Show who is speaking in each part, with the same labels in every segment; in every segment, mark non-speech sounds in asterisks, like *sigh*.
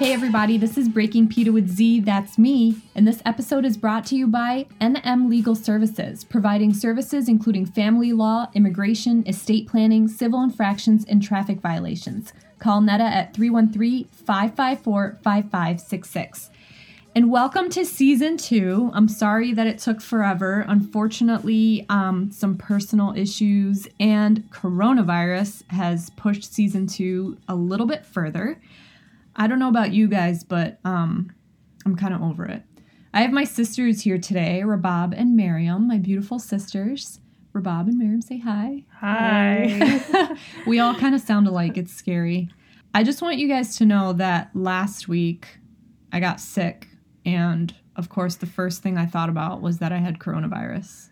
Speaker 1: everybody. This is Breaking PETA with Z, that's me, and this episode is brought to you by NM Legal Services, providing services including family law, immigration, estate planning, civil infractions, and traffic violations. Call Netta at 313 554 5566. And welcome to season two. I'm sorry that it took forever. Unfortunately, um, some personal issues and coronavirus has pushed season two a little bit further. I don't know about you guys, but um, I'm kind of over it. I have my sisters here today, Rabab and Miriam, my beautiful sisters. Rabab and Miriam, say hi.
Speaker 2: Hi.
Speaker 1: *laughs* we all kind of sound alike. It's scary. I just want you guys to know that last week I got sick, and of course, the first thing I thought about was that I had coronavirus,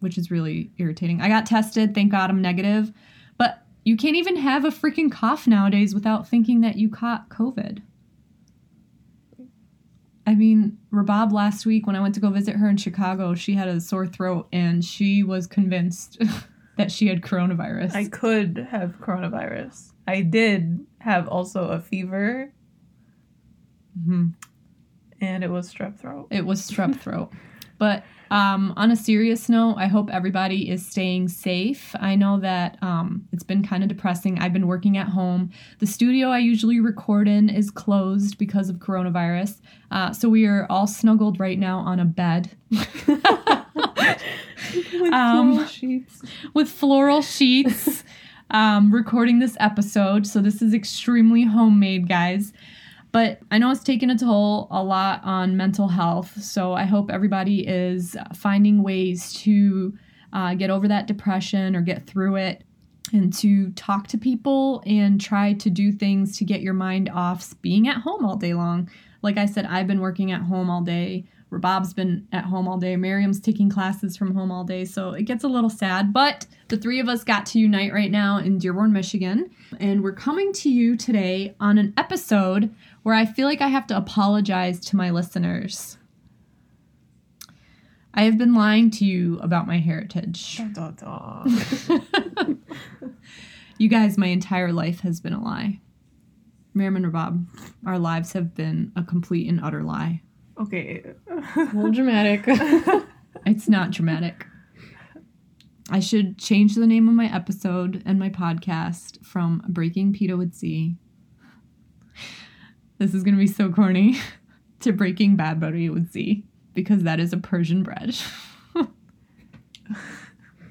Speaker 1: which is really irritating. I got tested. Thank God I'm negative. But you can't even have a freaking cough nowadays without thinking that you caught COVID. I mean, Rabab last week when I went to go visit her in Chicago, she had a sore throat and she was convinced *laughs* that she had coronavirus.
Speaker 2: I could have coronavirus. I did have also a fever
Speaker 1: Mhm.
Speaker 2: and it was strep
Speaker 1: *laughs*
Speaker 2: throat.
Speaker 1: It was strep throat. But um, on a serious note, I hope everybody is staying safe. I know that um, it's been kind of depressing. I've been working at home. The studio I usually record in is closed because of coronavirus. Uh, so we are all snuggled right now on a bed
Speaker 2: With
Speaker 1: Um,
Speaker 2: little sheets.
Speaker 1: with floral sheets *laughs* um, recording this episode. So this is extremely homemade, guys. But I know it's taken a toll a lot on mental health. So I hope everybody is finding ways to uh, get over that depression or get through it and to talk to people and try to do things to get your mind off being at home all day long. Like I said, I've been working at home all day. Rabob's been at home all day. Miriam's taking classes from home all day. So it gets a little sad. But the three of us got to unite right now in Dearborn, Michigan. And we're coming to you today on an episode where I feel like I have to apologize to my listeners. I have been lying to you about my heritage.
Speaker 2: Dun, dun, dun.
Speaker 1: *laughs* you guys, my entire life has been a lie. Miriam and Rabab, our lives have been a complete and utter lie.
Speaker 2: okay.
Speaker 3: A little dramatic.
Speaker 1: It's not dramatic. I should change the name of my episode and my podcast from Breaking Pedo with Z. This is going to be so corny *laughs* to Breaking Bad Buddy with Z because that is a Persian bread. *laughs*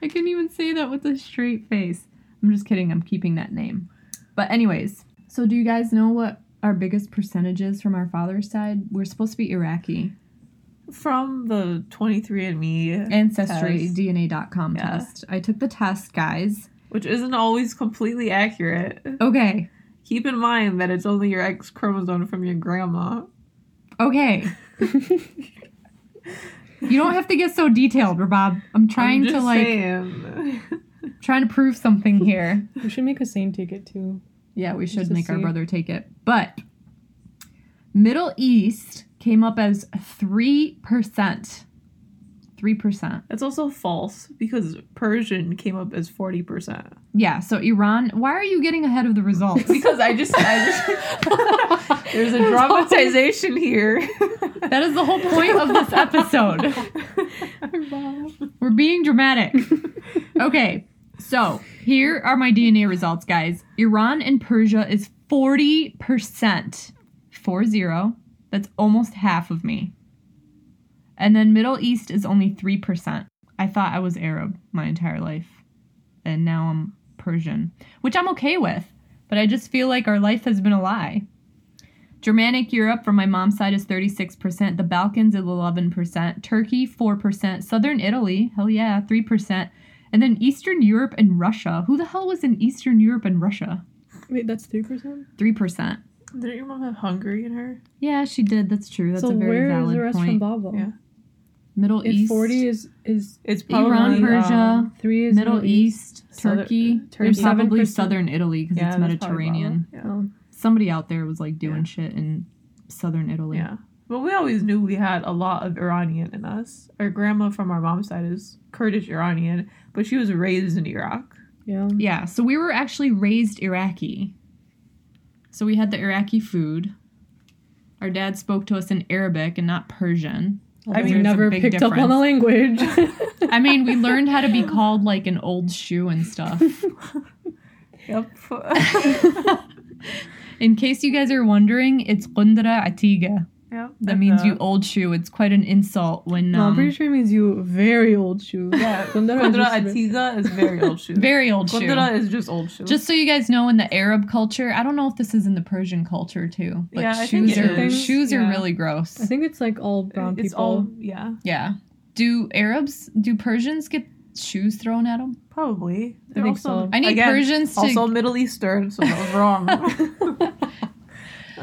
Speaker 1: I couldn't even say that with a straight face. I'm just kidding. I'm keeping that name. But, anyways, so do you guys know what our biggest percentage is from our father's side? We're supposed to be Iraqi
Speaker 2: *laughs* From the 23andMe,
Speaker 1: ancestrydna.com
Speaker 2: Yeah.
Speaker 1: test. I took the test, guys.
Speaker 2: which isn't always completely accurate,
Speaker 1: Okay.
Speaker 2: keep in mind that it's only your X chromosome from your grandma.
Speaker 1: Okay.
Speaker 2: *laughs*
Speaker 1: you don't have to get so detailed, Rabab. I'm trying
Speaker 2: I'm
Speaker 1: to
Speaker 2: just
Speaker 1: like
Speaker 2: saying.
Speaker 1: trying to prove something here.
Speaker 2: *laughs*
Speaker 3: we should make Hussein take it too.
Speaker 1: Yeah, we should
Speaker 3: to
Speaker 1: make our
Speaker 3: see.
Speaker 1: brother take it. But Middle East came up as 3%. 3%.
Speaker 2: That's also false because Persian came up as 40%.
Speaker 1: Yeah, so Iran, why are you getting ahead of the
Speaker 2: *laughs*
Speaker 1: results?
Speaker 2: Because I just, I just *laughs* there's a dramatization here.
Speaker 1: that is the whole point of this
Speaker 2: *laughs*
Speaker 1: episode. We're being dramatic. okay, so here are my DNA results, guys. Iran and Persia is 40%. 4 0. That's almost half of me. And then Middle East is only 3%. I thought I was Arab my entire life. And now I'm Persian, which I'm okay with. But I just feel like our life has been a lie. Germanic Europe from my mom's side is 36%, the Balkans is 11%, Turkey 4%, Southern Italy, hell yeah, 3%, and then Eastern Europe and Russia. Who the hell was in Eastern Europe and Russia?
Speaker 3: Wait, that's three percent.
Speaker 1: 3%.
Speaker 2: Didn't your mom have Hungary in her?
Speaker 1: Yeah, she did. That's true. That's
Speaker 3: so
Speaker 1: a very
Speaker 3: where is
Speaker 1: valid
Speaker 3: the rest
Speaker 1: point.
Speaker 3: from Babel?
Speaker 2: Yeah.
Speaker 1: Middle
Speaker 3: If
Speaker 1: East,
Speaker 3: forty is is
Speaker 2: It's
Speaker 1: Iran,
Speaker 2: probably,
Speaker 1: Persia,
Speaker 2: um,
Speaker 3: three is
Speaker 1: Middle East,
Speaker 2: Southern-
Speaker 1: Turkey.
Speaker 2: Turkey.
Speaker 1: There's probably
Speaker 3: 7%.
Speaker 1: Southern Italy because
Speaker 2: yeah,
Speaker 1: it's
Speaker 2: that's probably
Speaker 1: Mediterranean.
Speaker 2: Babel.
Speaker 3: Oh,
Speaker 1: Somebody out there was like doing
Speaker 2: Yeah.
Speaker 1: shit in Southern Italy.
Speaker 2: Yeah. yeah. But we always knew we had a lot of Iranian in us. Our grandma from our mom's side is Kurdish Iranian, but she was raised in Iraq.
Speaker 3: yeah.
Speaker 1: Yeah, so we were actually raised Iraqi. So we had the Iraqi food. Our dad spoke to us in Arabic and not Persian.
Speaker 3: I
Speaker 1: mean,
Speaker 3: mean, never
Speaker 1: there's a
Speaker 3: picked
Speaker 1: big
Speaker 3: up on the language.
Speaker 1: I mean, we learned how to be called like an old shoe and stuff.
Speaker 2: *laughs* Yep. *laughs*
Speaker 1: in case you guys are wondering, it's Qundra Atiga.
Speaker 2: yep.
Speaker 1: That
Speaker 2: and
Speaker 1: means
Speaker 2: the-
Speaker 1: you old shoe. It's quite an insult when
Speaker 3: no, I'm
Speaker 1: um,
Speaker 3: pretty sure it means you very old shoe.
Speaker 1: *laughs*
Speaker 2: Yeah.
Speaker 3: Kundera
Speaker 2: Kundra
Speaker 3: just-
Speaker 2: Atiga is very old shoe.
Speaker 1: very old shoe.
Speaker 2: Kundra is just old shoe.
Speaker 1: Just so you guys know, in the Arab culture, I don't know if this is in the Persian culture too, but
Speaker 2: Yeah, I think
Speaker 1: shoes
Speaker 3: it
Speaker 1: are
Speaker 3: is.
Speaker 1: shoes are
Speaker 2: Yeah.
Speaker 1: really gross.
Speaker 3: I think it's like all brown
Speaker 2: it's
Speaker 3: people.
Speaker 2: all yeah.
Speaker 1: yeah. Do Arabs? Do Persians get shoes thrown at them?
Speaker 2: Probably.
Speaker 3: I
Speaker 2: They're
Speaker 3: think
Speaker 2: also-
Speaker 3: so.
Speaker 1: I need
Speaker 2: Again,
Speaker 1: Persians to.
Speaker 2: Also Middle Eastern, so I was wrong.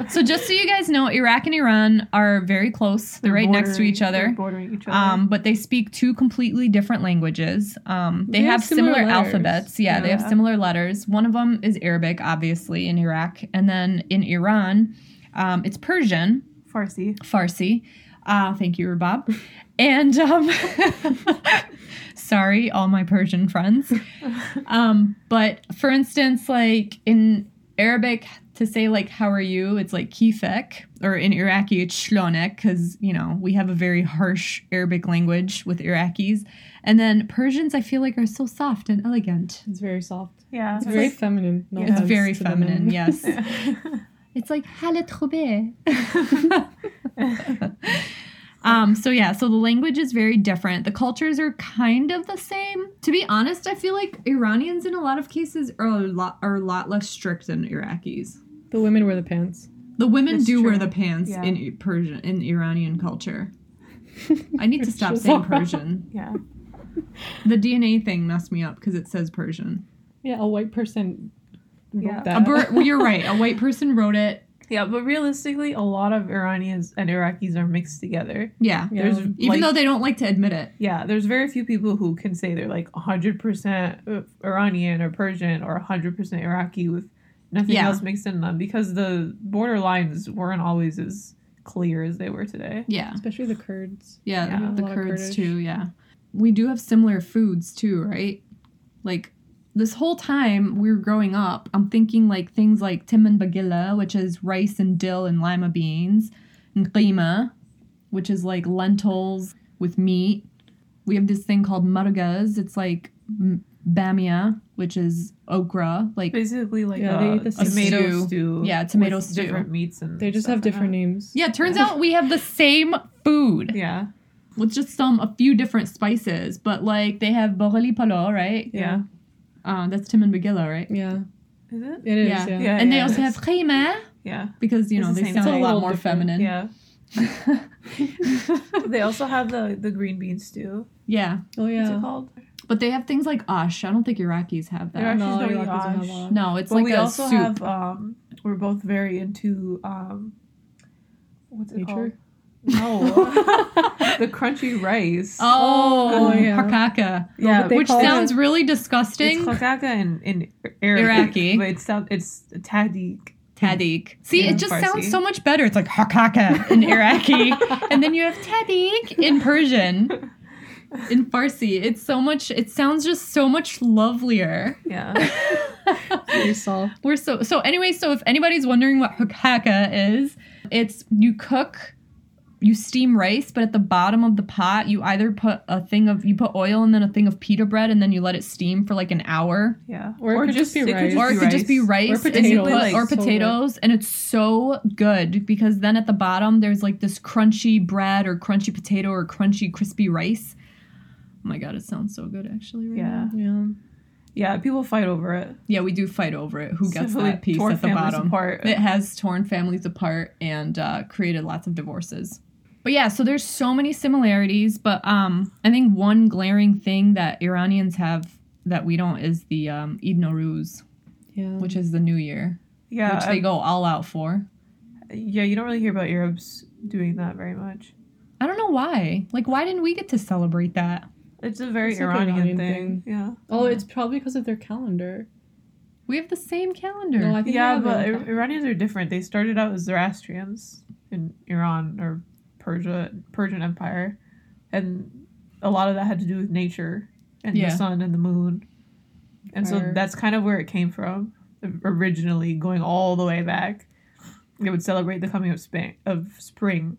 Speaker 1: so just so you guys know, Iraq and Iran are very close. *laughs* They're, right next to
Speaker 2: bordering-
Speaker 1: each
Speaker 2: they're
Speaker 1: other.
Speaker 2: Bordering each other.
Speaker 1: Um, but they speak two completely different languages. Um, they,
Speaker 3: They
Speaker 1: have,
Speaker 3: have
Speaker 1: similar,
Speaker 3: similar letters.
Speaker 1: alphabets. Yeah, they have
Speaker 2: Yeah.
Speaker 1: similar letters. One of them is Arabic, obviously, in Iraq. And then in Iran, um, it's Persian.
Speaker 2: Farsi.
Speaker 1: Farsi. Uh, thank you, Rabab. And um, *laughs* sorry, all my Persian friends. Um, but for instance, like in Arabic, to say like "How are you?" it's like "Kifek," or in Iraqi, it's "Shlonek," because you know we have a very harsh Arabic language with Iraqis, and then Persians, I feel like, are so soft and elegant.
Speaker 3: It's very soft.
Speaker 2: Yeah.
Speaker 3: It's very feminine. No
Speaker 2: It's
Speaker 1: It's
Speaker 3: offense
Speaker 1: very
Speaker 3: to the men.
Speaker 1: feminine. Yes.
Speaker 2: like-
Speaker 1: It's like halet *laughs* Um, so yeah, so the language is very different. The cultures are kind of the same. To be honest, I feel like Iranians in a lot of cases are a lot are a lot less strict than Iraqis.
Speaker 3: The women wear the pants.
Speaker 1: The women
Speaker 2: That's
Speaker 1: do wear
Speaker 2: true.
Speaker 1: the pants
Speaker 2: Yeah.
Speaker 1: in I- Persian in Iranian culture. I need to
Speaker 3: It's
Speaker 1: stop
Speaker 3: just-
Speaker 1: saying Persian.
Speaker 2: yeah.
Speaker 1: The DNA thing messed me up because it says Persian.
Speaker 3: Yeah, a white person wrote
Speaker 2: Yeah.
Speaker 1: A
Speaker 3: that.
Speaker 1: bur- well, *laughs* you're right. A white person wrote it.
Speaker 2: Yeah, but realistically, a lot of Iranians and Iraqis are mixed together.
Speaker 1: Yeah.
Speaker 3: Yeah.
Speaker 2: There's
Speaker 3: Even
Speaker 1: Even
Speaker 2: like-
Speaker 1: though they don't like to admit it.
Speaker 2: yeah, there's very few people who can say they're like 100% uh, Iranian or Persian or 100% Iraqi with nothing
Speaker 1: Yeah.
Speaker 2: else mixed in them because the border lines weren't always as clear as they were today.
Speaker 1: Yeah.
Speaker 3: Especially the Kurds.
Speaker 1: Yeah,
Speaker 2: Yeah.
Speaker 1: the
Speaker 3: A lot of
Speaker 1: Kurds
Speaker 3: Kurdish.
Speaker 1: too, yeah. We do have similar foods too, right? Like this whole time we were growing up, I'm thinking like things like tim and bagilla, which is rice and dill and lima beans, and qima, which is like lentils with meat. We have this thing called margas. It's like m- bamia, which is okra. Like
Speaker 2: Basically, like a,
Speaker 3: Yeah, they eat the same
Speaker 2: tomato
Speaker 1: stew.
Speaker 2: stew.
Speaker 1: Yeah, tomato
Speaker 2: with
Speaker 1: stew.
Speaker 2: Different meats and
Speaker 3: They just
Speaker 2: stuff
Speaker 3: have
Speaker 2: in
Speaker 3: different
Speaker 2: it.
Speaker 3: names.
Speaker 1: yeah, it turns out we have the same food.
Speaker 2: Yeah,
Speaker 1: with just some a few different spices. But like they have boreli palo, right?
Speaker 2: yeah.
Speaker 1: Uh, that's Tim and Bagilla, right?
Speaker 3: Yeah.
Speaker 2: Is it?
Speaker 3: It is,
Speaker 1: Yeah.
Speaker 3: yeah.
Speaker 2: Yeah.
Speaker 1: and they also
Speaker 2: yes.
Speaker 1: have khayma
Speaker 2: Yeah,
Speaker 1: because you
Speaker 2: It's
Speaker 1: know
Speaker 2: the
Speaker 1: they
Speaker 2: same
Speaker 1: sound a
Speaker 3: thing.
Speaker 1: lot
Speaker 3: It's a
Speaker 1: more
Speaker 3: little
Speaker 1: feminine. Yeah.
Speaker 2: yeah.
Speaker 1: *laughs*
Speaker 2: they also have the the green bean stew.
Speaker 3: Oh,
Speaker 2: What's it
Speaker 3: yeah.
Speaker 2: called?
Speaker 1: but they have things like ash. I don't think Iraqis have that.
Speaker 2: Iraqis
Speaker 3: No,
Speaker 2: don't eat
Speaker 3: Iraqis don't have
Speaker 2: ash.
Speaker 3: that.
Speaker 1: No, it's
Speaker 2: But
Speaker 1: like
Speaker 2: we
Speaker 1: a
Speaker 2: also
Speaker 1: soup.
Speaker 2: have um we're both very into um what's it called?
Speaker 3: Nature.
Speaker 2: No. *laughs* the crunchy rice.
Speaker 1: *laughs* oh,
Speaker 3: Oh, yeah.
Speaker 1: hakaka,
Speaker 3: No,
Speaker 2: yeah,
Speaker 3: but they
Speaker 1: which
Speaker 3: call it-
Speaker 1: sounds really
Speaker 2: it's
Speaker 1: disgusting.
Speaker 2: kotaka in, in Arabic,
Speaker 1: Iraqi.
Speaker 2: But it sounds it's tadik.
Speaker 1: Tadik. See,
Speaker 2: Yeah.
Speaker 1: it just
Speaker 2: Farsi.
Speaker 1: sounds so much better. It's like hakaka in Iraqi, and then you have tadik in Persian, in Farsi. It's so much. It sounds just so much lovelier. *laughs*
Speaker 2: Yeah.
Speaker 3: Very soft.
Speaker 1: We're so so anyway, so if anybody's wondering what hakaka is, it's you cook you steam rice, but at the bottom of the pot you either put a thing of you put oil and then a thing of pita bread and then you let it steam for like an hour.
Speaker 2: Yeah.
Speaker 3: Or it could just be rice.
Speaker 1: or it could just be rice
Speaker 3: Or
Speaker 1: and you
Speaker 3: potatoes.
Speaker 1: put, or
Speaker 3: So good.
Speaker 1: potatoes and it's so good because then at the bottom there's like this crunchy bread or crunchy potato or crunchy crispy rice. Oh my god, it sounds so good actually right
Speaker 2: Yeah.
Speaker 1: now.
Speaker 3: Yeah.
Speaker 2: Yeah, people fight over it.
Speaker 1: Yeah, we do fight over it. Who gets
Speaker 2: So,
Speaker 1: that
Speaker 2: like,
Speaker 1: piece
Speaker 2: tore
Speaker 1: at the
Speaker 2: families
Speaker 1: bottom?
Speaker 2: apart.
Speaker 1: It has torn families apart and uh, created lots of divorces. But yeah, so there's so many similarities, but um, I think one glaring thing that Iranians have that we don't is the um, Eid Nowruz,
Speaker 3: Yeah.
Speaker 1: which is the New Year,
Speaker 2: Yeah. um,
Speaker 1: which they go all out for.
Speaker 2: yeah, you don't really hear about Arabs doing that very much.
Speaker 1: I don't know why. Like, why didn't we get to celebrate that?
Speaker 2: It's a very
Speaker 3: It's like
Speaker 2: Iranian,
Speaker 3: Iranian
Speaker 2: thing. Yeah.
Speaker 3: Oh, it's probably because of their calendar.
Speaker 1: We have the same calendar.
Speaker 3: No, I think
Speaker 2: Yeah,
Speaker 3: they
Speaker 2: but
Speaker 3: have
Speaker 2: Ir- Iranians are different. They started out as Zoroastrians in Iran or Persia, Persian Empire, and a lot of that had to do with nature and
Speaker 1: Yeah.
Speaker 2: the sun and the moon, and so
Speaker 3: Fire.
Speaker 2: that's kind of where it came from. originally going all the way back. They would celebrate the coming of Spain of spring.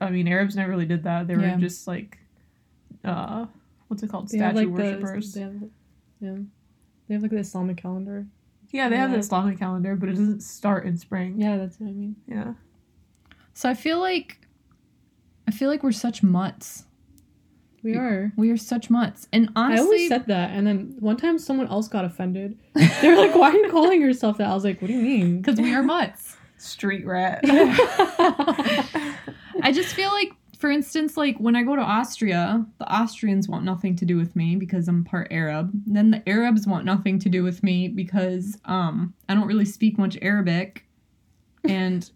Speaker 2: I mean, Arabs never really did that. They were
Speaker 1: Yeah.
Speaker 2: just like, uh, what's it called?
Speaker 3: They
Speaker 2: Statue
Speaker 3: have, like, the-
Speaker 2: worshippers.
Speaker 3: they have- yeah. They have like the Islamic calendar.
Speaker 2: yeah, they have the
Speaker 3: Yeah.
Speaker 2: Islamic calendar, but it doesn't start in spring.
Speaker 3: Yeah, that's what I mean.
Speaker 2: Yeah.
Speaker 1: So I feel like I feel like we're such mutts.
Speaker 3: We
Speaker 2: Yeah.
Speaker 3: are.
Speaker 1: We are such mutts. And honestly,
Speaker 3: I always said that, and then one time someone else got offended.
Speaker 1: *laughs*
Speaker 3: They were like, "Why are you calling yourself that?" I was like, "What do you mean?"
Speaker 1: because
Speaker 3: *laughs*
Speaker 1: we are mutts.
Speaker 2: Street rat.
Speaker 1: I just feel like, for instance, like when I go to Austria, the Austrians want nothing to do with me because I'm part Arab. Then the Arabs want nothing to do with me because um I don't really speak much Arabic. And
Speaker 3: *laughs*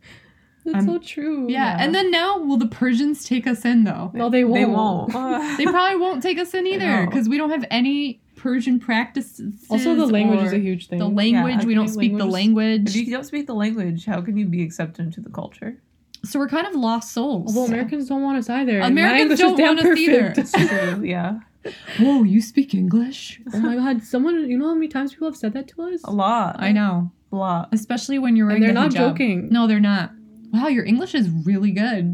Speaker 3: That's
Speaker 1: I'm-
Speaker 3: so true.
Speaker 1: yeah, and then now will the Persians take us in though?
Speaker 3: No, they won't.
Speaker 2: They won't.
Speaker 3: *laughs*
Speaker 1: They probably won't take us in either
Speaker 2: know.
Speaker 1: because we don't have any Persian practices.
Speaker 3: also the language
Speaker 1: or
Speaker 3: is a huge thing.
Speaker 1: the language.
Speaker 2: Yeah,
Speaker 1: we don't
Speaker 3: okay,
Speaker 1: speak the
Speaker 2: *laughs* if
Speaker 1: language,
Speaker 2: you don't speak the language, how can you be accepted into the culture?
Speaker 1: so we're kind of lost souls.
Speaker 3: well, Americans don't want us either. and my
Speaker 1: Americans
Speaker 3: English is
Speaker 1: don't
Speaker 3: damn
Speaker 1: want us either.
Speaker 3: perfect. *laughs*
Speaker 2: True, *laughs* yeah.
Speaker 1: Whoa, you speak English?
Speaker 3: oh my god, someone! You know how many times people have said that to us?
Speaker 2: A lot.
Speaker 1: I know,
Speaker 2: A lot.
Speaker 1: especially when you're wearing.
Speaker 3: And they're
Speaker 1: the
Speaker 3: not
Speaker 1: hijab.
Speaker 3: joking.
Speaker 1: No, they're not. Wow, your English is really good.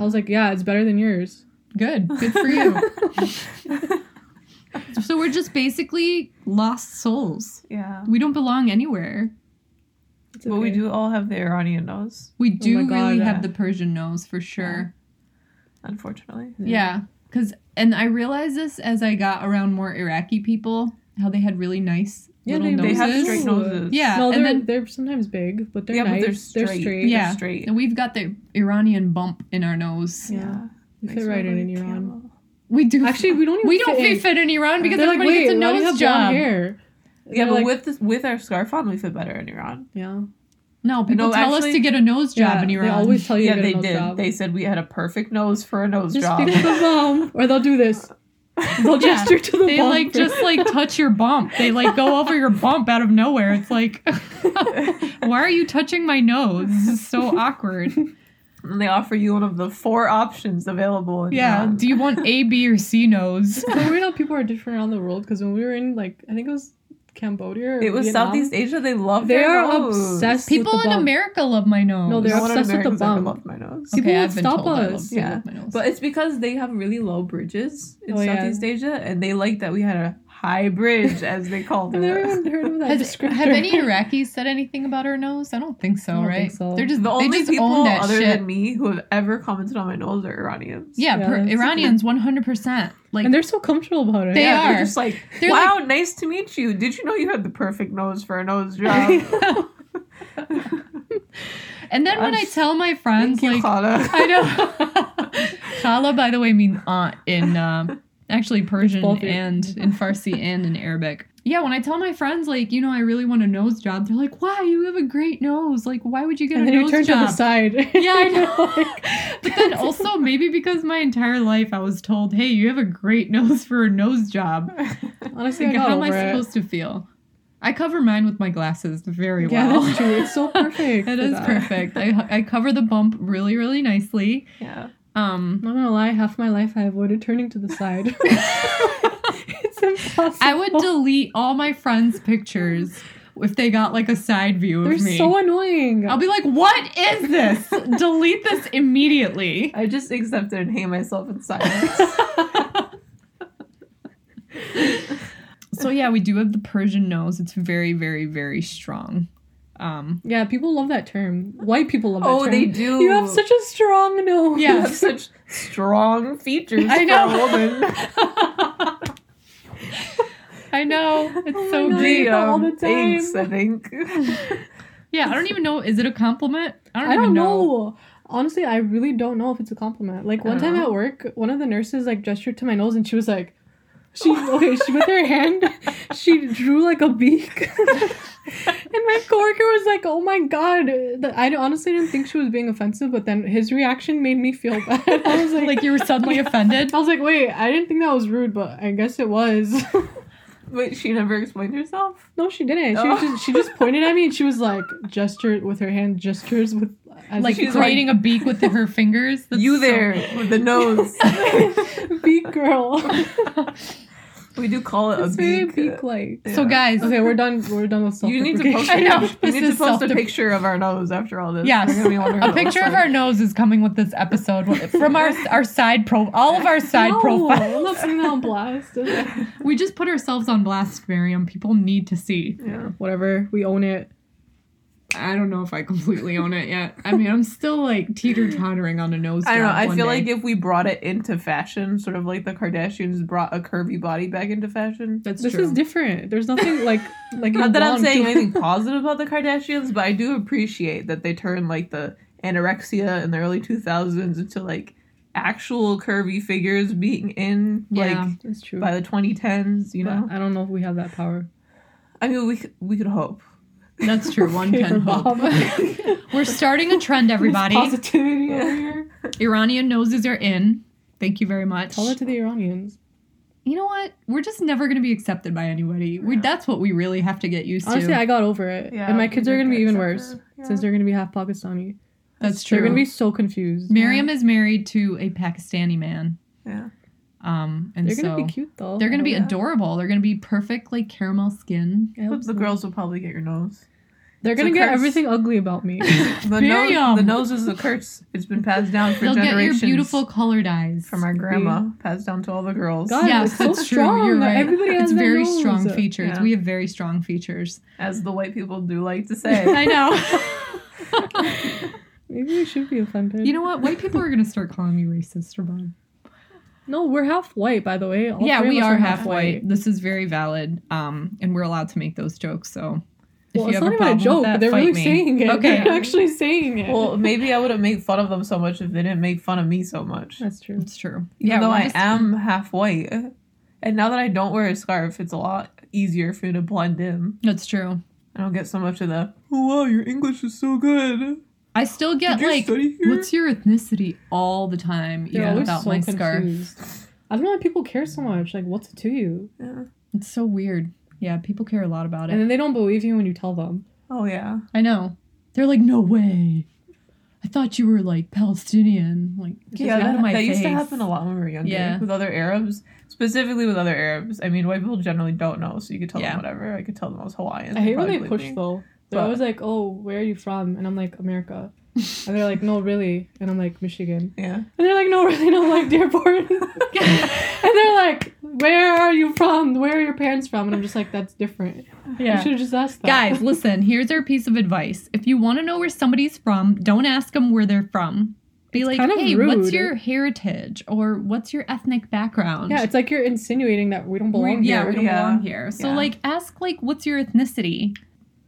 Speaker 3: I was like, "Yeah, it's better than yours."
Speaker 1: Good, good for you.
Speaker 3: *laughs*
Speaker 1: so we're just basically lost souls.
Speaker 2: *laughs* Yeah.
Speaker 1: We don't belong anywhere.
Speaker 3: It's
Speaker 2: But we
Speaker 3: okay.
Speaker 2: do all have the Iranian nose,
Speaker 1: We do
Speaker 3: Oh my God,
Speaker 1: really
Speaker 3: yeah.
Speaker 1: have the Persian nose for sure.
Speaker 2: unfortunately.
Speaker 1: Yeah, because and I realized this as I got around more Iraqi people how they had really nice
Speaker 3: Yeah,
Speaker 1: little
Speaker 3: they-
Speaker 1: noses.
Speaker 2: They have straight
Speaker 3: Ooh.
Speaker 2: noses.
Speaker 1: yeah,
Speaker 3: No, they're
Speaker 1: and then
Speaker 3: they're sometimes big, but they're
Speaker 2: Yeah, but
Speaker 3: nice.
Speaker 2: they're
Speaker 3: They're
Speaker 2: straight.
Speaker 3: straight.
Speaker 1: yeah,
Speaker 2: straight.
Speaker 1: and we've got the Iranian bump in our nose.
Speaker 3: Yeah.
Speaker 2: Yeah.
Speaker 3: We
Speaker 2: Makes
Speaker 3: fit
Speaker 2: me
Speaker 3: right in
Speaker 2: like
Speaker 3: in Iran.
Speaker 2: camel.
Speaker 1: We do
Speaker 3: Actually, we don't. Even
Speaker 1: we don't
Speaker 3: fit
Speaker 1: fit,
Speaker 3: in.
Speaker 1: fit in Iran because
Speaker 3: They're like,
Speaker 1: everybody gets a
Speaker 3: "Wait, why do you
Speaker 1: nose
Speaker 3: have blonde
Speaker 1: job.
Speaker 3: hair?
Speaker 2: Yeah,
Speaker 3: They're
Speaker 2: but
Speaker 3: like-
Speaker 2: with this, with our scarf on, we fit better in Iran.
Speaker 3: yeah,
Speaker 1: No, people
Speaker 2: No,
Speaker 1: tell
Speaker 2: actually-
Speaker 1: us to get a nose job
Speaker 3: Yeah,
Speaker 1: in Iran.
Speaker 3: They always tell you
Speaker 2: yeah,
Speaker 3: to get
Speaker 2: they
Speaker 3: a nose
Speaker 2: did.
Speaker 3: job.
Speaker 2: They said we had a perfect nose for a nose
Speaker 3: just
Speaker 2: job.
Speaker 3: speak *laughs* to the bum, or they'll do *laughs* this. They'll
Speaker 1: Yeah.
Speaker 3: gesture to the
Speaker 1: They,
Speaker 3: bum.
Speaker 1: like *laughs*
Speaker 3: for-
Speaker 1: just like touch your bump. They like go over your bump out of nowhere. It's like,
Speaker 2: *laughs*
Speaker 3: *laughs*
Speaker 1: why are you touching my nose? This is so awkward.
Speaker 2: and they offer you one of the four options available. In
Speaker 1: Yeah.
Speaker 2: Iran.
Speaker 1: Do you want A, B, or C nose?
Speaker 3: It's so weird how people are different around the world. Because when we were in like, I think it was Cambodia. Or
Speaker 2: it was
Speaker 3: Vietnam,
Speaker 2: Southeast Asia. They love
Speaker 3: They
Speaker 2: their
Speaker 3: are
Speaker 2: nose.
Speaker 3: obsessed.
Speaker 1: People
Speaker 3: with the
Speaker 1: in
Speaker 3: bum.
Speaker 1: America love my nose.
Speaker 3: No, they're
Speaker 2: No one in
Speaker 3: obsessed with the
Speaker 2: America's ever
Speaker 3: bum.
Speaker 2: loved my nose.
Speaker 3: People
Speaker 1: okay,
Speaker 3: would
Speaker 1: I've been
Speaker 3: stop
Speaker 1: told I
Speaker 3: us.
Speaker 1: love, they
Speaker 2: Yeah.
Speaker 1: love my nose.
Speaker 2: But it's because they have really low bridges in
Speaker 3: Oh, yeah.
Speaker 2: Southeast Asia, and they like that we had a high bridge,
Speaker 1: *laughs*
Speaker 2: as they called
Speaker 3: I've never
Speaker 2: it.
Speaker 3: even heard of that.
Speaker 1: Has,
Speaker 3: descriptor.
Speaker 1: have any
Speaker 2: *laughs*
Speaker 1: Iraqis said anything about her nose? I don't think so,
Speaker 3: I don't
Speaker 1: right?
Speaker 3: think so.
Speaker 1: They're just
Speaker 2: The
Speaker 1: they
Speaker 2: only
Speaker 1: just
Speaker 2: people
Speaker 1: own that
Speaker 2: other
Speaker 1: shit.
Speaker 2: than me who have ever commented on my nose are Iranians.
Speaker 1: yeah,
Speaker 3: Yeah,
Speaker 1: per-
Speaker 3: that's-
Speaker 1: Iranians, one hundred percent. Like
Speaker 3: *laughs*
Speaker 1: *laughs*
Speaker 3: and they're so comfortable about it.
Speaker 1: They
Speaker 2: Yeah,
Speaker 1: are.
Speaker 2: They're just like,
Speaker 1: They're
Speaker 2: wow, nice to meet you. Did you know you had the perfect nose for a
Speaker 1: *laughs*
Speaker 2: nose job?
Speaker 1: and then when I
Speaker 2: Yes.
Speaker 1: tell my friends, like
Speaker 2: Thank you,
Speaker 3: *laughs*
Speaker 2: Khala.
Speaker 1: I know, *laughs* Khala, by the way, means aunt in uh, actually Persian
Speaker 3: both your-
Speaker 1: and in Farsi and in Arabic. Yeah, when I tell my friends, like you know, I really want a nose job, they're like, "Why? You have a great nose. Like, why would you get
Speaker 3: and
Speaker 1: a
Speaker 3: then
Speaker 1: nose
Speaker 3: you turn
Speaker 1: job?"
Speaker 3: to the side.
Speaker 1: Yeah, I
Speaker 3: *laughs*
Speaker 1: know. but then also maybe because my entire life I was told, "Hey, you have a great *laughs* nose for a nose job."
Speaker 3: Honestly, I
Speaker 1: Like,
Speaker 3: got
Speaker 1: how am I
Speaker 3: over it.
Speaker 1: supposed to feel? I cover mine with my glasses very
Speaker 3: Yeah,
Speaker 1: well. *laughs*
Speaker 3: that's true. It's so perfect.
Speaker 1: It
Speaker 3: for
Speaker 1: is
Speaker 3: that.
Speaker 1: perfect. I I cover the bump really really nicely.
Speaker 2: *laughs* yeah.
Speaker 1: Um,
Speaker 3: *laughs* I'm not gonna lie, half my life I avoided turning to the side. *laughs* it's impossible.
Speaker 1: I would delete all my friends' pictures if they got like a side view *laughs*
Speaker 3: *laughs* They're
Speaker 1: of me.
Speaker 3: so annoying.
Speaker 1: I'll be like, "What is
Speaker 3: *laughs*
Speaker 1: this? delete this immediately."
Speaker 2: I just accepted and hate myself in *laughs* silence.
Speaker 1: So yeah, we do have the Persian nose. It's very, very, very strong. Um,
Speaker 3: yeah, people love that term. White people love that
Speaker 2: oh,
Speaker 3: term.
Speaker 2: they do.
Speaker 3: You have such a strong nose.
Speaker 2: You
Speaker 1: Yeah.
Speaker 2: *laughs* have such strong features
Speaker 1: I know.
Speaker 2: for *laughs* a woman.
Speaker 1: I know *laughs* it's so
Speaker 3: God.
Speaker 1: great.
Speaker 3: do that all the
Speaker 2: Damn, Thanks, I think. *laughs*
Speaker 1: Yeah, I don't even know. Is it a compliment?
Speaker 3: *laughs* I don't,
Speaker 1: even
Speaker 3: know. Honestly, I really don't know if it's a compliment. Like one
Speaker 2: I
Speaker 3: time
Speaker 2: don't
Speaker 3: at work, one of the nurses like gestured to my nose and she was like she okay, she with her hand, *laughs* she drew like a beak. *laughs* and my coworker was like, "Oh my god!" The- I honestly didn't think she was being offensive, but then his reaction made me feel *laughs* bad. I was like,
Speaker 1: Like you were suddenly offended.
Speaker 3: I was like, wait, I didn't think that was rude, but I guess it was. *laughs*
Speaker 2: Wait, she never explained herself?
Speaker 3: no, she didn't. She was
Speaker 2: Oh.
Speaker 3: just she just pointed at me and she was like gestured with her hand gestures with as
Speaker 1: Like
Speaker 3: if
Speaker 2: She's
Speaker 3: she was,
Speaker 1: creating a beak with her fingers. That's
Speaker 2: you *laughs*
Speaker 1: so-
Speaker 2: there with the nose.
Speaker 3: like, big girl.
Speaker 2: We do call it
Speaker 3: It's
Speaker 2: a
Speaker 3: very
Speaker 2: beak.
Speaker 3: beak like.
Speaker 1: *laughs* So
Speaker 2: Yeah.
Speaker 1: guys,
Speaker 3: Okay, we're done. We're done with self.
Speaker 2: You need to *laughs* post. A,
Speaker 1: I know,
Speaker 3: *laughs*
Speaker 2: you
Speaker 1: this
Speaker 2: need to
Speaker 1: is
Speaker 2: post a
Speaker 1: self-depre-
Speaker 2: picture of our nose after all this.
Speaker 1: Yes.
Speaker 2: We're gonna be wondering what
Speaker 1: a
Speaker 2: it looks
Speaker 1: picture of
Speaker 2: like. *laughs*
Speaker 1: our nose is coming with this episode from our our side pro all of our side
Speaker 3: no,
Speaker 1: profiles. *laughs*
Speaker 3: I'm not putting that on blast.
Speaker 1: We just put ourselves on blast, Miriam. People need to see.
Speaker 2: Yeah.
Speaker 3: Whatever. We own it.
Speaker 1: I don't know if I completely own it yet. I mean, I'm still like teeter tottering on a nose.
Speaker 2: I don't know.
Speaker 1: job
Speaker 2: I
Speaker 1: one
Speaker 2: feel
Speaker 1: day.
Speaker 2: like if we brought it into fashion, sort of like the Kardashians brought a curvy body back into fashion.
Speaker 1: that's
Speaker 3: this
Speaker 1: true.
Speaker 3: is different. The's nothing like like. you're
Speaker 2: Not that I'm
Speaker 3: blonde,
Speaker 2: saying
Speaker 3: too.
Speaker 2: anything positive about the Kardashians, but I do appreciate that they turned like the anorexia in the early 2000s into like actual curvy figures being in
Speaker 1: Yeah.
Speaker 3: *laughs* That's true.
Speaker 2: like by the 2010s. You
Speaker 3: But
Speaker 2: uh, know,
Speaker 3: I don't know if we have that power.
Speaker 2: I mean, we could- we could hope.
Speaker 1: that's true.
Speaker 3: *laughs*
Speaker 1: One
Speaker 3: *laughs* Okay,
Speaker 1: can hope. *laughs*
Speaker 3: Bob.
Speaker 1: We're starting a
Speaker 3: *laughs*
Speaker 1: trend, everybody.
Speaker 3: Positivity
Speaker 2: Yeah.
Speaker 3: over here.
Speaker 1: Iranian noses are in. Thank you very much.
Speaker 3: Tell it to the Iranians.
Speaker 1: You know what? We're just never going to be accepted by anybody. We,
Speaker 2: Yeah.
Speaker 1: that's what we really have to get used
Speaker 3: Honestly,
Speaker 1: to.
Speaker 3: I got over it. and my kids are gonna be even worse since they're gonna be half Pakistani.
Speaker 1: that's
Speaker 3: They're
Speaker 1: true.
Speaker 3: gonna be so confused.
Speaker 1: Miriam is married to a Pakistani man.
Speaker 2: Yeah.
Speaker 1: Um, and
Speaker 3: They're
Speaker 1: so
Speaker 3: gonna be cute though.
Speaker 1: they're going to be
Speaker 2: Oh, yeah.
Speaker 1: adorable. They're going to be perfect, like caramel skin.
Speaker 3: I hope
Speaker 2: But the
Speaker 3: so.
Speaker 2: girls will probably get your
Speaker 3: *laughs*
Speaker 2: nose.
Speaker 3: They're
Speaker 2: it's a
Speaker 3: gonna get
Speaker 2: curse.
Speaker 3: everything ugly about me.
Speaker 2: The
Speaker 1: Miriam!
Speaker 2: nose, the nose is the curse. It's been passed down for
Speaker 1: They'll get your
Speaker 2: generations.
Speaker 1: beautiful colored eyes.
Speaker 2: from our grandma, passed down to all the girls
Speaker 3: God.
Speaker 1: yes,
Speaker 3: it's so
Speaker 1: that's true.
Speaker 3: strong.
Speaker 1: You're right.
Speaker 3: Everybody
Speaker 1: it's
Speaker 3: has that
Speaker 1: very
Speaker 3: nose.
Speaker 1: strong features.
Speaker 2: Yeah.
Speaker 1: We have very strong features.
Speaker 2: as the white people do like
Speaker 3: *laughs*
Speaker 2: to say.
Speaker 1: *laughs* I know.
Speaker 3: *laughs* Maybe we should be offended.
Speaker 1: you know what? White people are going to start calling me racist, Ramon.
Speaker 3: no, we're half white by the way. All
Speaker 1: yeah,
Speaker 3: three of
Speaker 1: we
Speaker 3: us
Speaker 1: are half white. This is very valid, um, and we're allowed to make those jokes. So, if you
Speaker 3: Well, it's
Speaker 1: have
Speaker 3: not
Speaker 1: a
Speaker 3: even a
Speaker 1: problem
Speaker 3: joke.
Speaker 1: with that,
Speaker 3: they're
Speaker 1: fight
Speaker 3: really
Speaker 1: me.
Speaker 3: saying it.
Speaker 1: Okay.
Speaker 3: they're actually saying it.
Speaker 2: well, maybe I wouldn't make fun of them so much if they didn't make fun of me so much.
Speaker 3: that's true.
Speaker 1: It's true.
Speaker 2: Even though
Speaker 1: we're
Speaker 2: I
Speaker 1: just-
Speaker 2: am half white, and now that I don't wear a scarf, it's a lot easier for me to blend in.
Speaker 1: That's true.
Speaker 2: I don't get so much of the "Oh wow, your English is so good."
Speaker 1: I still get
Speaker 2: Did you
Speaker 1: like,
Speaker 2: study here?
Speaker 1: "What's your ethnicity?" all the time,
Speaker 3: They're
Speaker 1: even
Speaker 3: always
Speaker 1: without
Speaker 3: so
Speaker 1: my scarf.
Speaker 3: confused. I don't know why people care so much. Like, what's it to you?
Speaker 2: Yeah.
Speaker 1: It's so weird. Yeah, people care a lot about
Speaker 3: And
Speaker 1: it.
Speaker 3: then they don't believe you when you tell them.
Speaker 2: Oh yeah.
Speaker 1: I know. They're like, "No way." I thought you were like Palestinian. Like, just
Speaker 2: Yeah,
Speaker 1: out
Speaker 2: that,
Speaker 1: of my
Speaker 2: that
Speaker 1: face.
Speaker 2: used to happen a lot when we were younger
Speaker 1: Yeah.
Speaker 2: with other Arabs, specifically with other Arabs. I mean, white people generally don't know, so you could tell
Speaker 1: Yeah.
Speaker 2: them whatever. I could tell them I was Hawaiian.
Speaker 3: I hate when
Speaker 2: probably
Speaker 3: they
Speaker 2: believe
Speaker 3: push
Speaker 2: me.
Speaker 3: though. They're
Speaker 2: But-
Speaker 3: always like, "Oh, where are you from?" And I'm like, "America,"
Speaker 1: *laughs*
Speaker 3: and they're like, "No, really?" And I'm like, "Michigan."
Speaker 2: Yeah.
Speaker 3: And they're like, "No, really?" And I'm like, "Dearborn." *laughs* and they're like, "Where are you from? Where are your parents from?" And I'm just like, "That's different.
Speaker 1: *laughs*
Speaker 3: You
Speaker 1: Yeah.
Speaker 3: should have just asked that."
Speaker 1: Guys,
Speaker 3: *laughs*
Speaker 1: listen, here's our piece of advice. If you want to know where somebody's from, don't ask them where they're from. Be like,
Speaker 3: kind of
Speaker 1: hey, what's
Speaker 3: rude.
Speaker 1: your heritage or what's your ethnic background?
Speaker 3: yeah, it's like you're insinuating that we don't
Speaker 1: we,
Speaker 3: belong
Speaker 1: yeah,
Speaker 3: here.
Speaker 1: we don't
Speaker 2: Yeah.
Speaker 1: belong here. So,
Speaker 2: Yeah.
Speaker 1: like, ask, like, what's your ethnicity?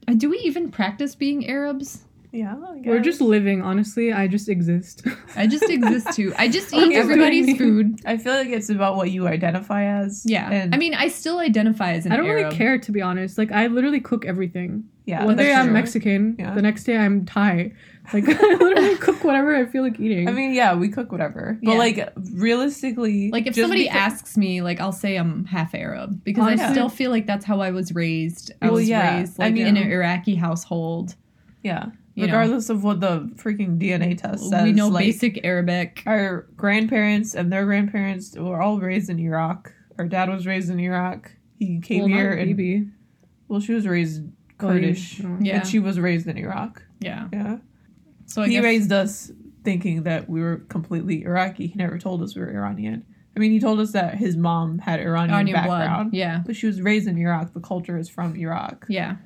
Speaker 1: Uh, Do we even practice being Arabs?
Speaker 2: Yeah.
Speaker 3: We're just living. Honestly, I just exist. *laughs*
Speaker 1: I just exist too. I
Speaker 2: *laughs*
Speaker 1: just
Speaker 3: I'm
Speaker 1: eat
Speaker 3: just
Speaker 1: everybody's
Speaker 3: doing-
Speaker 1: food.
Speaker 2: I feel like it's about what you identify as.
Speaker 1: Yeah.
Speaker 2: And
Speaker 1: I mean, I still identify as an
Speaker 3: I don't
Speaker 1: Arab.
Speaker 3: really care to be honest. Like, I literally cook everything.
Speaker 2: yeah.
Speaker 3: One
Speaker 2: that's
Speaker 3: day I'm
Speaker 2: true.
Speaker 3: Mexican.
Speaker 2: Yeah.
Speaker 3: The next day I'm Thai. Like *laughs* I literally cook whatever I feel like eating.
Speaker 2: I mean, yeah, we cook whatever, but
Speaker 1: Yeah.
Speaker 2: like realistically,
Speaker 1: Like if
Speaker 2: just
Speaker 1: somebody
Speaker 2: because-
Speaker 1: asks me, like I'll say I'm half Arab because I
Speaker 2: Honestly-
Speaker 1: still feel like that's how I was raised. I
Speaker 2: Well,
Speaker 1: was
Speaker 2: yeah.
Speaker 1: raised
Speaker 2: I
Speaker 1: like
Speaker 2: mean-
Speaker 1: in an Iraqi household.
Speaker 2: yeah,
Speaker 1: you know.
Speaker 2: regardless of what the freaking DNA test says,
Speaker 1: we know
Speaker 2: like,
Speaker 1: basic Arabic.
Speaker 2: Our grandparents and their grandparents were all raised in Iraq. Our dad was raised in Iraq. He came
Speaker 3: Well, not
Speaker 2: here, and
Speaker 3: Bibi.
Speaker 2: well, she was raised
Speaker 3: Oh, you-
Speaker 2: Kurdish,
Speaker 3: no.
Speaker 1: Yeah,
Speaker 2: and she was raised in Iraq.
Speaker 1: yeah.
Speaker 2: Yeah,
Speaker 1: So I
Speaker 2: he
Speaker 1: guess
Speaker 2: raised us thinking that we were completely Iraqi. He never told us we were Iranian. I mean, he told us that his mom had Iranian,
Speaker 1: on your
Speaker 2: background.
Speaker 1: blood. Yeah,
Speaker 2: But she was raised in Iraq. The culture is from Iraq.
Speaker 1: yeah.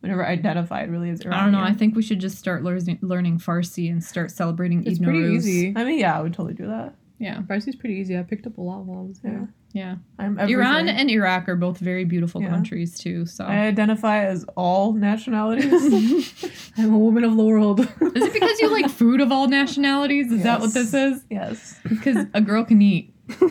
Speaker 2: We never identified really as Iranian.
Speaker 1: I don't know. I think we should just start learning learning Farsi and start celebrating
Speaker 3: It's
Speaker 1: Eid
Speaker 3: pretty
Speaker 1: Nowruz.
Speaker 3: easy.
Speaker 2: I mean, yeah, I would totally do that.
Speaker 1: Yeah,
Speaker 3: Farsi's pretty easy. I picked up a lot while I was there.
Speaker 1: yeah.
Speaker 2: I'm
Speaker 1: Iran
Speaker 2: everything.
Speaker 1: and Iraq are both very beautiful
Speaker 2: Yeah.
Speaker 1: countries too. So
Speaker 2: I identify as all nationalities.
Speaker 1: is
Speaker 3: I'm a woman of the world.
Speaker 1: it because you
Speaker 2: *laughs*
Speaker 1: like food of all nationalities? Is that what
Speaker 2: Yes.
Speaker 1: this is?
Speaker 2: yes.
Speaker 1: Because a girl can eat. *laughs*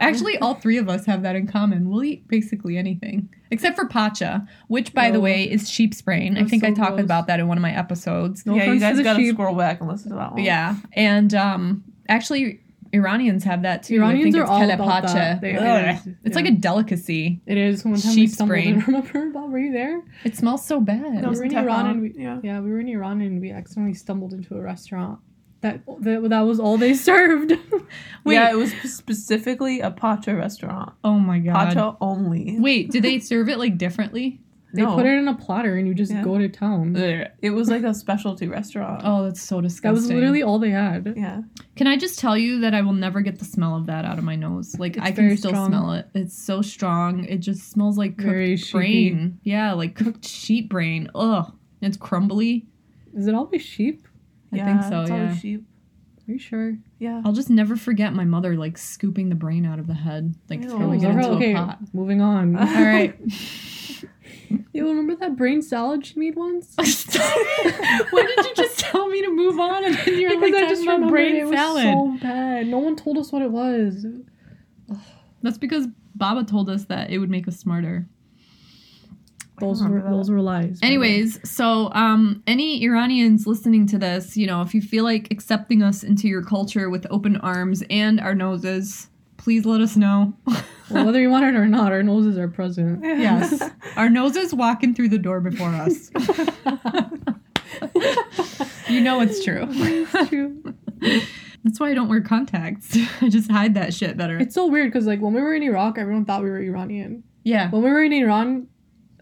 Speaker 1: Actually, all three of us have that in common. We'll eat basically anything except for pacha, which, by the
Speaker 3: No.
Speaker 1: way, is sheep's brain. I
Speaker 3: That's
Speaker 1: think I
Speaker 3: so
Speaker 1: talked
Speaker 3: gross.
Speaker 1: about that in one of my episodes.
Speaker 3: No
Speaker 2: yeah, you
Speaker 3: offense to
Speaker 2: guys
Speaker 3: the
Speaker 2: gotta
Speaker 3: sheep.
Speaker 2: scroll back and listen to that one.
Speaker 1: Yeah, and um, actually, Iranians have that too. I think
Speaker 3: Iranians are
Speaker 1: it's
Speaker 3: all
Speaker 1: kelle
Speaker 3: about
Speaker 1: pacha.
Speaker 3: that. They-
Speaker 2: Ugh.
Speaker 3: it is,
Speaker 1: It's
Speaker 3: yeah.
Speaker 1: like a delicacy.
Speaker 3: It is. One time we
Speaker 1: sheep's
Speaker 3: stumbled *laughs*
Speaker 1: brain.
Speaker 3: in. Remember, Bob? Were you there?
Speaker 1: It smells so bad.
Speaker 2: That was
Speaker 3: We're in
Speaker 2: Tehran.
Speaker 3: Iran and we-
Speaker 2: yeah.
Speaker 3: Yeah, we were in Iran and we accidentally stumbled into a restaurant That that, that was all they *laughs* served.
Speaker 1: Wait.
Speaker 2: Yeah, it was specifically a pacha restaurant.
Speaker 1: Oh my god.
Speaker 2: Pacha only.
Speaker 1: Wait, do they serve it like differently?
Speaker 3: they
Speaker 2: No.
Speaker 3: put it in a platter and you just
Speaker 2: Yeah.
Speaker 3: go to town.
Speaker 2: It was like a specialty restaurant.
Speaker 1: Oh, that's so disgusting.
Speaker 3: That was literally all they had.
Speaker 2: Yeah.
Speaker 1: Can I just tell you that I will never get the smell of that out of my nose? Like
Speaker 3: It's
Speaker 1: I can
Speaker 3: very
Speaker 1: still
Speaker 3: strong.
Speaker 1: smell it. It's so strong. It just smells like cooked
Speaker 3: Very sheepy.
Speaker 1: brain. Yeah, like cooked sheep brain. Ugh, it's crumbly.
Speaker 3: Is it always sheep?
Speaker 1: I
Speaker 2: yeah,
Speaker 1: think so,
Speaker 2: It's
Speaker 1: yeah.
Speaker 2: always sheep.
Speaker 3: Are you sure?
Speaker 2: Yeah.
Speaker 1: I'll just never forget my mother like scooping the brain out of the head, like
Speaker 2: Ew.
Speaker 1: throwing it
Speaker 2: Laura,
Speaker 1: Oh, into
Speaker 3: okay,
Speaker 1: a
Speaker 3: *laughs*
Speaker 1: pot.
Speaker 3: moving on.
Speaker 1: All right.
Speaker 3: *laughs*
Speaker 1: *laughs*
Speaker 3: you remember that brain salad she made once? *laughs*
Speaker 1: Why did you just tell me to move on and then you're like talking about
Speaker 3: remembered
Speaker 1: brain salad?
Speaker 3: so bad. No one told us what it was.
Speaker 1: That's because Baba told us that it would make us smarter.
Speaker 3: Those
Speaker 2: remember
Speaker 3: were
Speaker 2: that.
Speaker 3: those were lies. by the way.
Speaker 1: Anyways, so um, any Iranians listening to this, you know, if you feel like accepting us into your culture with open arms and our noses, please let us
Speaker 3: *laughs*
Speaker 1: know.
Speaker 3: Well, whether you want it or not, our noses are present.
Speaker 2: *laughs*
Speaker 1: yes, our noses walking through the door before
Speaker 3: *laughs*
Speaker 1: us. you know it's
Speaker 3: *laughs*
Speaker 1: true.
Speaker 3: It's true.
Speaker 1: That's why I don't wear contacts. I just hide that shit better.
Speaker 3: It's so weird because like when we were in Iraq, everyone thought we were Iranian.
Speaker 1: yeah,
Speaker 3: When we were in Iran,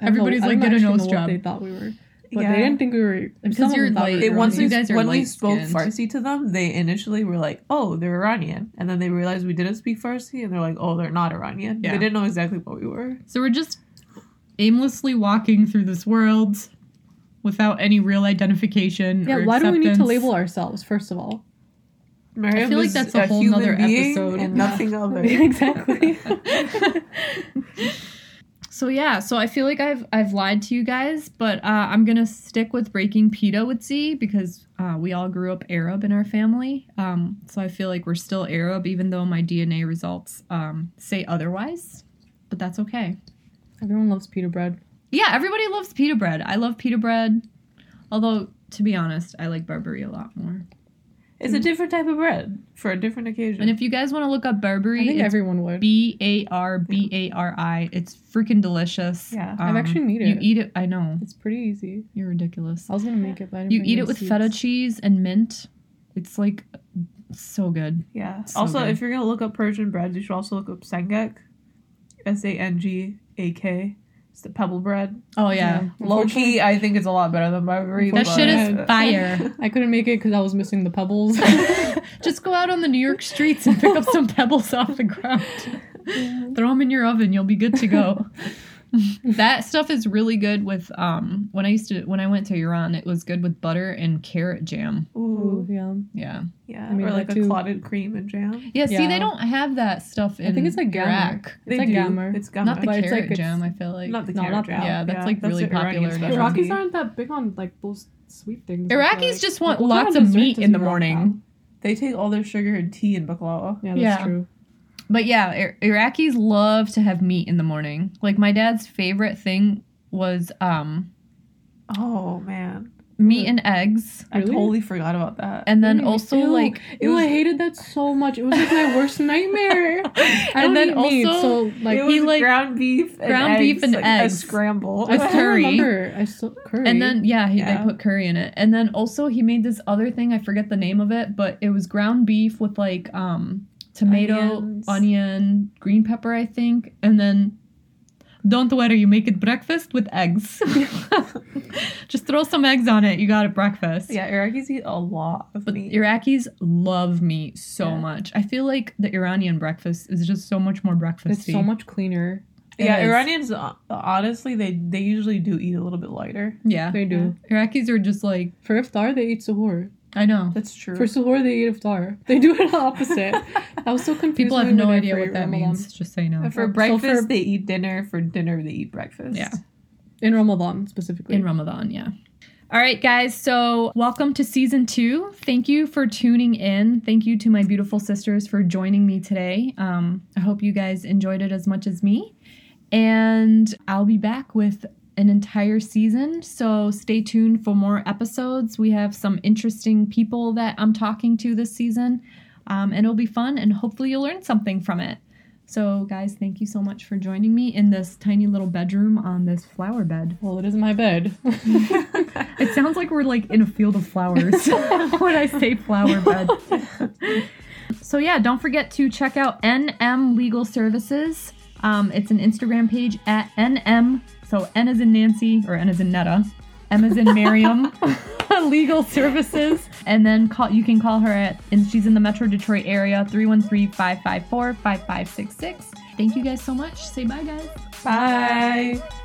Speaker 3: I don't know-
Speaker 1: Everybody's
Speaker 3: I
Speaker 1: like,
Speaker 3: don't
Speaker 1: "Get a
Speaker 3: actually
Speaker 1: nose
Speaker 3: know what
Speaker 1: job."
Speaker 3: They thought we were, but
Speaker 2: Yeah.
Speaker 3: they didn't think we were.
Speaker 1: Because
Speaker 3: some of them
Speaker 1: you're
Speaker 3: thought we
Speaker 1: light.
Speaker 2: It,
Speaker 3: were
Speaker 2: once
Speaker 1: You
Speaker 2: we,
Speaker 3: Iranian.
Speaker 1: guys are
Speaker 2: when we spoke
Speaker 1: light-skinned.
Speaker 2: Farsi to them, they initially were like, "Oh, they're Iranian," and then they realized we didn't speak Farsi, and they're like, "Oh, they're not Iranian."
Speaker 1: Yeah.
Speaker 2: They didn't know exactly what we were.
Speaker 1: so we're just aimlessly walking through this world without any real identification.
Speaker 3: yeah.
Speaker 1: or
Speaker 3: Why do we need to
Speaker 1: acceptance.
Speaker 3: label ourselves first of
Speaker 1: *laughs*
Speaker 3: all?
Speaker 2: Mariam
Speaker 1: feel like
Speaker 2: is
Speaker 1: that's a whole
Speaker 2: human
Speaker 1: nother
Speaker 2: being
Speaker 1: episode. *laughs*
Speaker 2: and nothing other.
Speaker 3: exactly.
Speaker 1: *laughs* So yeah, so I feel like I've I've lied to you guys, but uh, I'm gonna stick with breaking pita with Z because uh, we all grew up Arab in our family. Um, so I feel like we're still Arab, even though my DNA results um, say otherwise. But that's okay.
Speaker 3: *laughs* Everyone loves pita bread.
Speaker 1: Yeah, everybody loves pita bread. I love pita bread, although to be honest, I like Burberry a lot more.
Speaker 2: *laughs* It's a different type of bread for a different occasion.
Speaker 1: And if you guys want to look up
Speaker 3: I
Speaker 1: Burberry,
Speaker 3: think
Speaker 1: it's
Speaker 3: everyone would.
Speaker 1: B A R B A R I. It's freaking delicious.
Speaker 2: Yeah.
Speaker 1: Um,
Speaker 3: I've actually made
Speaker 1: You
Speaker 3: it.
Speaker 1: eat it. I know.
Speaker 3: It's pretty easy.
Speaker 1: You're ridiculous.
Speaker 3: I was gonna make it, but I didn't
Speaker 1: You
Speaker 3: bring
Speaker 1: eat
Speaker 3: any
Speaker 1: it with
Speaker 3: seeds.
Speaker 1: feta cheese and mint. It's like so good.
Speaker 2: yeah.
Speaker 1: So
Speaker 2: also,
Speaker 1: good.
Speaker 2: if you're gonna look up Persian breads, you should also look up sengek, s a n g a k. It's the pebble bread.
Speaker 1: Oh yeah.
Speaker 2: Low key, I think it's a lot better than Burberry.
Speaker 1: That shit
Speaker 2: but-
Speaker 1: is
Speaker 3: *laughs*
Speaker 1: fire.
Speaker 3: I couldn't make it because I was missing
Speaker 1: *laughs*
Speaker 3: the pebbles. *laughs*
Speaker 1: Just go out on the New York streets and pick up some pebbles off the ground. Throw them in your oven, you'll be good to go. that stuff is really good with um when I used to when I went to Iran, it was good with butter and carrot jam.
Speaker 2: Ooh,
Speaker 3: Ooh, yeah.
Speaker 1: Yeah.
Speaker 2: yeah.
Speaker 3: I mean,
Speaker 2: or like
Speaker 3: that
Speaker 2: a
Speaker 3: too.
Speaker 2: clotted cream and jam.
Speaker 1: Yeah, see
Speaker 3: Yeah.
Speaker 1: they don't have that stuff in
Speaker 3: I think it's like gamer.
Speaker 1: Iraq.
Speaker 3: It's
Speaker 2: They
Speaker 3: like
Speaker 2: do.
Speaker 3: gamer.
Speaker 2: It's gamer.
Speaker 1: Not the
Speaker 3: But
Speaker 1: carrot
Speaker 3: it's like it's-
Speaker 1: jam, I feel like.
Speaker 2: not the
Speaker 3: no,
Speaker 2: carrot
Speaker 3: not
Speaker 2: jam.
Speaker 3: that.
Speaker 1: Yeah, that's, like, really
Speaker 2: the Iranian
Speaker 1: popular in
Speaker 2: specialty.
Speaker 1: Iraqis
Speaker 3: Iraqis aren't that big on like those sweet things.
Speaker 1: Iraqis just want lots of meat in the morning.
Speaker 2: They take all their sugar and tea in baklava.
Speaker 3: Yeah, that's
Speaker 1: Yeah.
Speaker 3: true.
Speaker 1: But yeah, Ir- Iraqis love to have meat in the morning. Like my dad's favorite thing was um
Speaker 2: Oh man,
Speaker 3: Mm.
Speaker 1: meat and eggs.
Speaker 2: I
Speaker 3: Really?
Speaker 2: totally forgot about that.
Speaker 1: And then
Speaker 3: Ew,
Speaker 1: also
Speaker 3: ew,
Speaker 1: like
Speaker 3: ew, I hated that so much. It was like
Speaker 1: *laughs*
Speaker 3: my worst nightmare. I
Speaker 1: And
Speaker 3: don't
Speaker 1: then
Speaker 3: eat meat,
Speaker 1: also-
Speaker 3: so like
Speaker 2: it was
Speaker 1: he, like-
Speaker 2: ground beef, and
Speaker 1: ground beef
Speaker 2: eggs,
Speaker 1: and
Speaker 2: like,
Speaker 1: eggs.
Speaker 2: a scramble. *laughs*
Speaker 3: I still
Speaker 1: curry.
Speaker 3: remember. I still curry.
Speaker 1: and then yeah, he,
Speaker 2: Yeah.
Speaker 1: they put curry in it. And then also he made this other thing, I forget the name of it, but it was ground beef with like um tomato,
Speaker 2: Onions.
Speaker 1: onion, green pepper, I think. And then don't worry, you make it breakfast with
Speaker 3: *laughs*
Speaker 1: eggs. *laughs* Just throw some eggs on it. You got it breakfast.
Speaker 2: yeah, Iraqis eat a lot of
Speaker 1: But
Speaker 2: meat.
Speaker 1: Iraqis love meat so
Speaker 2: Yeah.
Speaker 1: much. I feel like the Iranian breakfast is just so much more breakfasty.
Speaker 3: it's so much cleaner.
Speaker 2: yeah,
Speaker 1: It is.
Speaker 2: Iranians uh, honestly they they usually do eat a little bit lighter.
Speaker 1: Yeah.
Speaker 3: They do.
Speaker 1: Iraqis are just like,
Speaker 3: For iftar, they eat suhoor.
Speaker 1: I know.
Speaker 2: That's true. *laughs*
Speaker 3: For suhoor, they eat iftar. They do it *laughs* opposite. I was so confused.
Speaker 1: People
Speaker 3: when
Speaker 1: have
Speaker 3: we were
Speaker 1: no
Speaker 3: there
Speaker 1: idea
Speaker 3: for
Speaker 1: what that
Speaker 3: Ramadan.
Speaker 1: means. Just so you know.
Speaker 2: And for
Speaker 3: So
Speaker 2: breakfast
Speaker 3: for-
Speaker 2: they eat dinner. For dinner they eat breakfast.
Speaker 1: Yeah.
Speaker 3: In Ramadan specifically.
Speaker 1: In Ramadan, yeah. All right, guys. So, welcome to season two. Thank you for tuning in. Thank you to my beautiful sisters for joining me today. Um, I hope you guys enjoyed it as much as me. And I'll be back with an entire season. So, stay tuned for more episodes. We have some interesting people that I'm talking to this season, um, and it'll be fun. And hopefully, you'll learn something from it. So, guys, thank you so much for joining me in this tiny little bedroom on this flower bed.
Speaker 3: Well, it is my bed. *laughs*
Speaker 1: It sounds like we're like in a field of flowers *laughs* when I say flower bed. so, yeah, don't forget to check out NM Legal Services. Um, it's an Instagram page at NM. So, N is in Nancy or N is in Netta, M is in Miriam. *laughs* Legal services, and then call, you can call her at, and she's in the Metro Detroit area, 313 554 5566. Thank you guys so much. Say bye, guys.
Speaker 2: *laughs* Bye.